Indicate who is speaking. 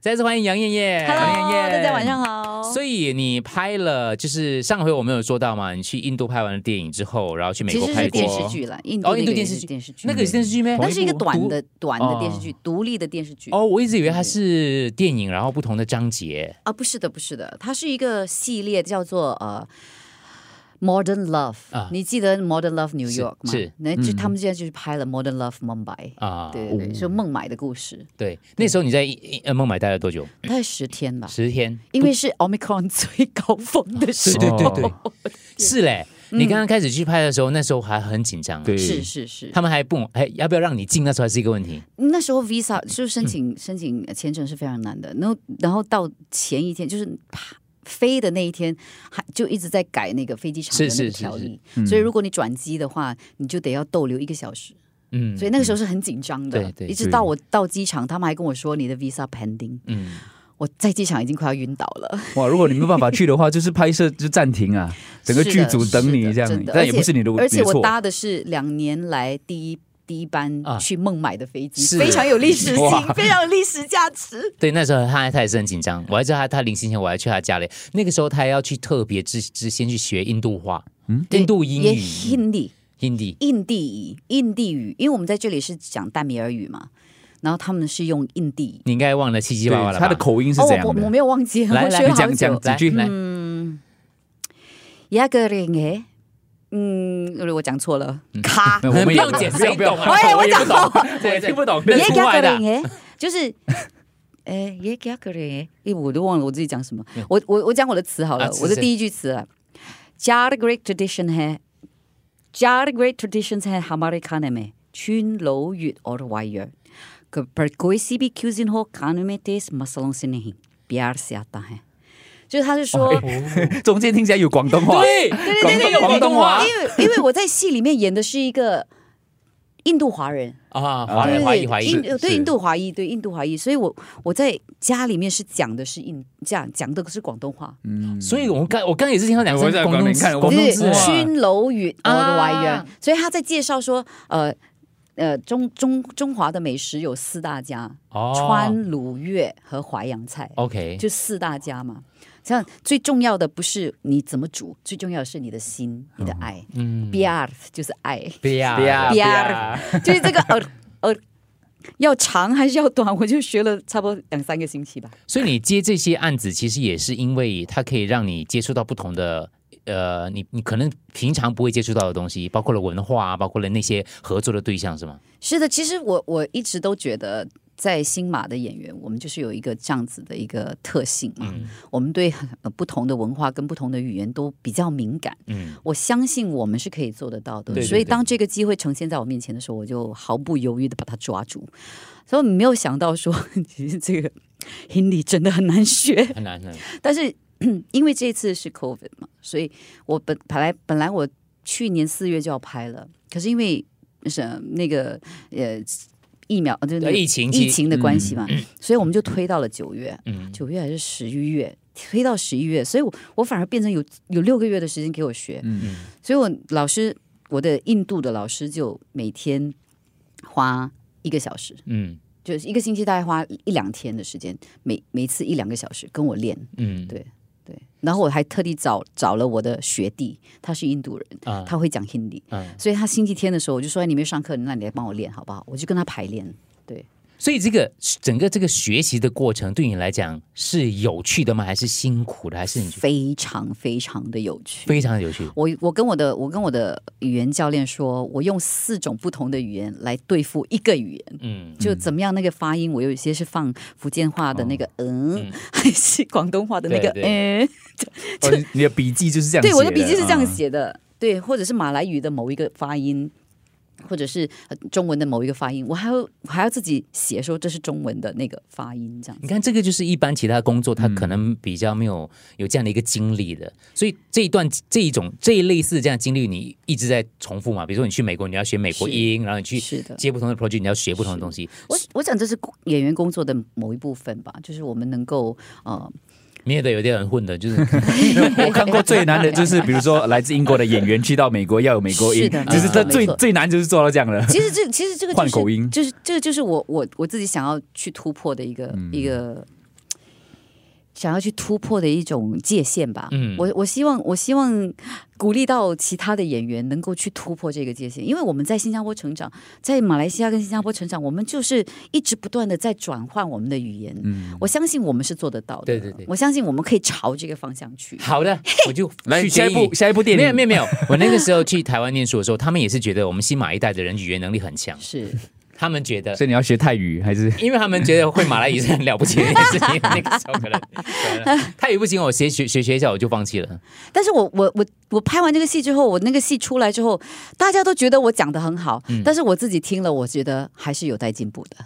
Speaker 1: 再次欢迎杨艳
Speaker 2: 哎
Speaker 1: 艳
Speaker 2: Hello，
Speaker 1: 杨艳艳
Speaker 2: 大家晚上好。
Speaker 1: 所以你拍了，就是上回我们有说到嘛，你去印度拍完了电影之后，然后去美
Speaker 2: 其
Speaker 1: 国
Speaker 2: 实
Speaker 1: 拍
Speaker 2: 是
Speaker 1: 过
Speaker 2: 电视剧了，印度
Speaker 1: 哦
Speaker 2: 那
Speaker 1: 印度
Speaker 2: 个也
Speaker 1: 电视
Speaker 2: 是
Speaker 1: 剧
Speaker 2: 电视剧，嗯
Speaker 1: 那个也是电视剧咩？
Speaker 2: 那是一个短的
Speaker 1: 独。
Speaker 2: 短的电视剧，独立的电视剧。
Speaker 1: 哦，我一直以为它是电影，然后不同的章节。
Speaker 2: 啊，不是的，不是的，它是一个系列，叫做呃。Modern Love，、
Speaker 1: 啊
Speaker 2: 你记得 Modern Love New
Speaker 1: 是
Speaker 2: York 吗？
Speaker 1: 是嗯
Speaker 2: 那就他们现在就是拍了 Modern Love Mumbai，、
Speaker 1: 啊，
Speaker 2: 对对对，是孟买的故事，
Speaker 1: 对，那时候你在印呃孟买待了多久？
Speaker 2: 大概十天吧，
Speaker 1: 十天，
Speaker 2: 因为是 Omicron 最高峰的时候，
Speaker 3: 对对对
Speaker 1: 哦是嘞。你刚刚开始去拍的时候，那时候还很紧张啊，
Speaker 3: 对，
Speaker 2: 嗯是是是，
Speaker 1: 他们还不还要不要让你进，那时候还是一个问题。
Speaker 2: 那时候
Speaker 3: 嗯
Speaker 2: visa 就是申请、申请签证是非常难的，然后然后到前一天就是啪飞的那一天，还就一直在改那个飞机场的
Speaker 1: 是
Speaker 2: 那个
Speaker 1: 是
Speaker 2: 条
Speaker 1: 是是
Speaker 2: 例，
Speaker 3: 嗯
Speaker 2: 所以如果你转机的话，你就得要逗留一个小时，
Speaker 1: 嗯，
Speaker 2: 所以那个时候是很紧张的，
Speaker 1: 对对
Speaker 2: 一直
Speaker 3: 对
Speaker 2: 到我到机场，他们还跟我说你的 visa pending，
Speaker 1: 嗯，
Speaker 2: 我在机场已经快要晕倒了。
Speaker 3: 哇，如果你没有办法去的话，就是拍摄就暂 停啊， 整个剧组等你这
Speaker 2: 是的真
Speaker 3: 样
Speaker 2: 的，
Speaker 3: 但也不是你的
Speaker 2: 而且
Speaker 3: 你的
Speaker 2: 我
Speaker 3: 错。
Speaker 2: 搭的是两年来第一第一班
Speaker 1: 啊
Speaker 2: 去孟买的飞机，
Speaker 1: 是
Speaker 2: 非常有历史性
Speaker 3: 哇，
Speaker 2: 非常有历史价值。
Speaker 1: 对，那时候他他也是很紧张，我还知道他他临行前我还去他家里，那个时候他还要去特别之之先去学印度话，
Speaker 3: 嗯
Speaker 1: 印度英
Speaker 2: 也
Speaker 1: 语、
Speaker 2: 印地
Speaker 1: 印地
Speaker 2: 印地语、印地语，因为我们在这里是讲淡米尔语嘛，然后他们是用印地语。
Speaker 1: 你应该忘了七七
Speaker 3: 对
Speaker 1: 八八了吧？
Speaker 3: 他的口音是
Speaker 2: 哦，
Speaker 3: 这样
Speaker 2: 我我我
Speaker 3: 的，
Speaker 2: 没有忘记，
Speaker 1: 来
Speaker 2: 我
Speaker 1: 来
Speaker 2: 学了
Speaker 3: 你
Speaker 2: 好
Speaker 3: 讲讲
Speaker 2: 久。嗯
Speaker 3: 几句
Speaker 1: 来，
Speaker 2: 雅格林耶，嗯，我讲错了，
Speaker 3: 嗯
Speaker 2: 咔。
Speaker 3: 我们
Speaker 1: 不
Speaker 3: 也
Speaker 1: 用解释，谁懂啊？
Speaker 2: 我哎也我
Speaker 1: 也不
Speaker 2: 讲
Speaker 1: 懂，
Speaker 3: 我
Speaker 1: 对
Speaker 3: 也听不懂
Speaker 1: 对
Speaker 2: 也
Speaker 1: 那
Speaker 2: 给
Speaker 1: 出
Speaker 2: 个
Speaker 1: 来的
Speaker 2: 人耶，就是。 哎，也给个人耶，哎，我都忘了我自己讲什么。我我我讲我的词好了，
Speaker 1: 嗯啊是
Speaker 2: 我的
Speaker 1: 是
Speaker 2: 第一句词啊 j a r great tradition 嘿 j a r great traditions 嘿，hamare kane me，全老越 or wire，그 perkoisi bi cuisine ho kane me tes masalong s i n h i biar siata 嘿，就是他就说。
Speaker 1: 哦
Speaker 3: 中间听起来有广东话，
Speaker 1: 对
Speaker 3: 广
Speaker 1: 对对
Speaker 3: 东广东话
Speaker 2: 因为因为我在戏里面演的是一个印度华人，
Speaker 1: 啊，华人
Speaker 2: 对
Speaker 1: 华裔华裔
Speaker 2: 印度对
Speaker 3: 是
Speaker 2: 印度华裔，对印度华裔，所以我我在家里面是讲的是印讲讲的是广东话，
Speaker 1: 所以我们刚我刚刚也是听到两声
Speaker 3: 嗯我在
Speaker 1: 广
Speaker 3: 广
Speaker 1: 东
Speaker 3: 东看
Speaker 1: 字
Speaker 3: 我
Speaker 1: 广东
Speaker 2: 对，
Speaker 1: 字
Speaker 3: 啊
Speaker 2: 熏楼语我的玩意
Speaker 1: 啊
Speaker 2: 儿，所以他在介绍说，呃呃，中中中华的美食有四大家，
Speaker 1: 哦
Speaker 2: 川鲁粤和淮扬菜，
Speaker 1: OK
Speaker 2: 就四大家嘛。像最重要的不是你怎么煮，最重要的是你的心，你的爱。
Speaker 1: 哦
Speaker 2: 嗯 b i a r 就是爱，
Speaker 1: 不要
Speaker 3: 不要
Speaker 2: 不要就是这个呃呃，要长还是要短，我就学了差不多两三个星期吧。
Speaker 1: 所以你接这些案子，其实也是因为它可以让你接触到不同的。呃，你你可能平常不会接触到的东西，包括了文化啊，包括了那些合作的对象，是吗？
Speaker 2: 是的，其实我我一直都觉得，在新马的演员，我们就是有一个这样子的一个特性嘛。
Speaker 3: 嗯
Speaker 2: 我们对呃不同的文化跟不同的语言都比较敏感。
Speaker 1: 嗯，
Speaker 2: 我相信我们是可以做得到的。
Speaker 3: 对对
Speaker 2: 所以当这个机会呈现在我面前的时候，我就毫不犹豫的把它抓住。所以我没有想到说， 其实这个 Hindi 真的很难学。
Speaker 1: 很难的。
Speaker 2: 但是 因为这次是 COVID 嘛，所以我本本来本来我去年四月就要拍了，可是因为是那个呃疫苗呃就是那个
Speaker 1: 疫情
Speaker 2: 疫情的关系嘛，所以我们就推到了九月，
Speaker 1: 嗯
Speaker 2: 九月还是十一月。推到十一月，所以我我反而变成有有六个月的时间给我学，
Speaker 3: 嗯
Speaker 2: 所以我老师我的印度的老师就每天花一个小时，
Speaker 1: 嗯
Speaker 2: 就是一个星期大概花一两天的时间，每每次一两个小时跟我练，
Speaker 1: 嗯，
Speaker 2: 对对，然后我还特地找找了我的学弟，他是印度人，
Speaker 1: 啊
Speaker 2: 他会讲 Hindi，、
Speaker 1: 嗯
Speaker 2: 所以他星期天的时候我就说哎你没有上课，那你来帮我练好不好？我就跟他排练。对，
Speaker 1: 所以这个整个这个学习的过程对你来讲是有趣的吗？还是辛苦的？还是你觉得
Speaker 2: 非常非常的有趣。
Speaker 1: 非常有趣？
Speaker 2: 我我跟我的我跟我的语言教练说，我用四种不同的语言来对付一个语言，
Speaker 1: 嗯，
Speaker 2: 就怎么样那个发音，我有一些是放福建话的那个嗯， 还是广东话的那个
Speaker 1: 哦对
Speaker 2: 嗯，
Speaker 3: 哦你你的哦笔记就是这样写，
Speaker 2: 对，我的笔记是这
Speaker 3: 啊
Speaker 2: 样，写的，对，或者是马来语的某一个发音，或者是呃中文的某一个发音，我还要我还要自己写说这是中文的那个发音，这样
Speaker 1: 你
Speaker 2: 子。
Speaker 1: 看这个就是一般其他工作他
Speaker 3: 嗯
Speaker 1: 可能比较没有有这样的一个经历的，所以这一段这一种这一类似这样的经历你一直在重复嘛？比如说你去美国你要学美国
Speaker 2: 是
Speaker 1: 音，然后你去
Speaker 2: 是的
Speaker 1: 接不同的 project 你要学不同的东西，
Speaker 2: 我我想这是工演员工作的某一部分吧，就是我们能够呃，
Speaker 1: 免得有点人混的，就是
Speaker 3: 我看过最难的 就是，比如说来自英国的演员去到美国要有美国音，
Speaker 2: 是的
Speaker 3: 就是这
Speaker 2: 没错
Speaker 3: 最
Speaker 2: 没错
Speaker 3: 最难就是做到这样 的。
Speaker 2: 其实这其实这个就是
Speaker 3: 换口音
Speaker 1: 嗯
Speaker 2: 就是这个就是我我我自己想要去突破的一个、一个想要去突破的一种界限吧。
Speaker 1: 嗯
Speaker 2: 我我希望我希望鼓励到其他的演员能够去突破这个界限，因为我们在新加坡成长，在马来西亚跟新加坡成长，我们就是一直不断的在转换我们的语言。
Speaker 3: 嗯，
Speaker 2: 我相信我们是做得到的，
Speaker 1: 对对对
Speaker 2: 我相信我们可以朝这个方向去。
Speaker 1: 好的，我就
Speaker 3: 来
Speaker 1: 去
Speaker 3: 下一
Speaker 1: 接你
Speaker 3: 部下一部电
Speaker 1: 没
Speaker 3: 影
Speaker 1: 有没有没有，我那个时候去台湾念书的时候，他们也是觉得我们新马一代的人语言能力很强，
Speaker 2: 是，
Speaker 1: 他们觉得
Speaker 3: 所以你要学泰语还是？
Speaker 1: 因为他们觉得会马来语是很了不起的一件事 情，那个时候可能可能泰语不行，我学学学学一下我就放弃了。
Speaker 2: 但是我我我我拍完这个戏之后，我那个戏出来之后，大家都觉得我讲的很好，但是我自己听了，我觉得还是有待进步的。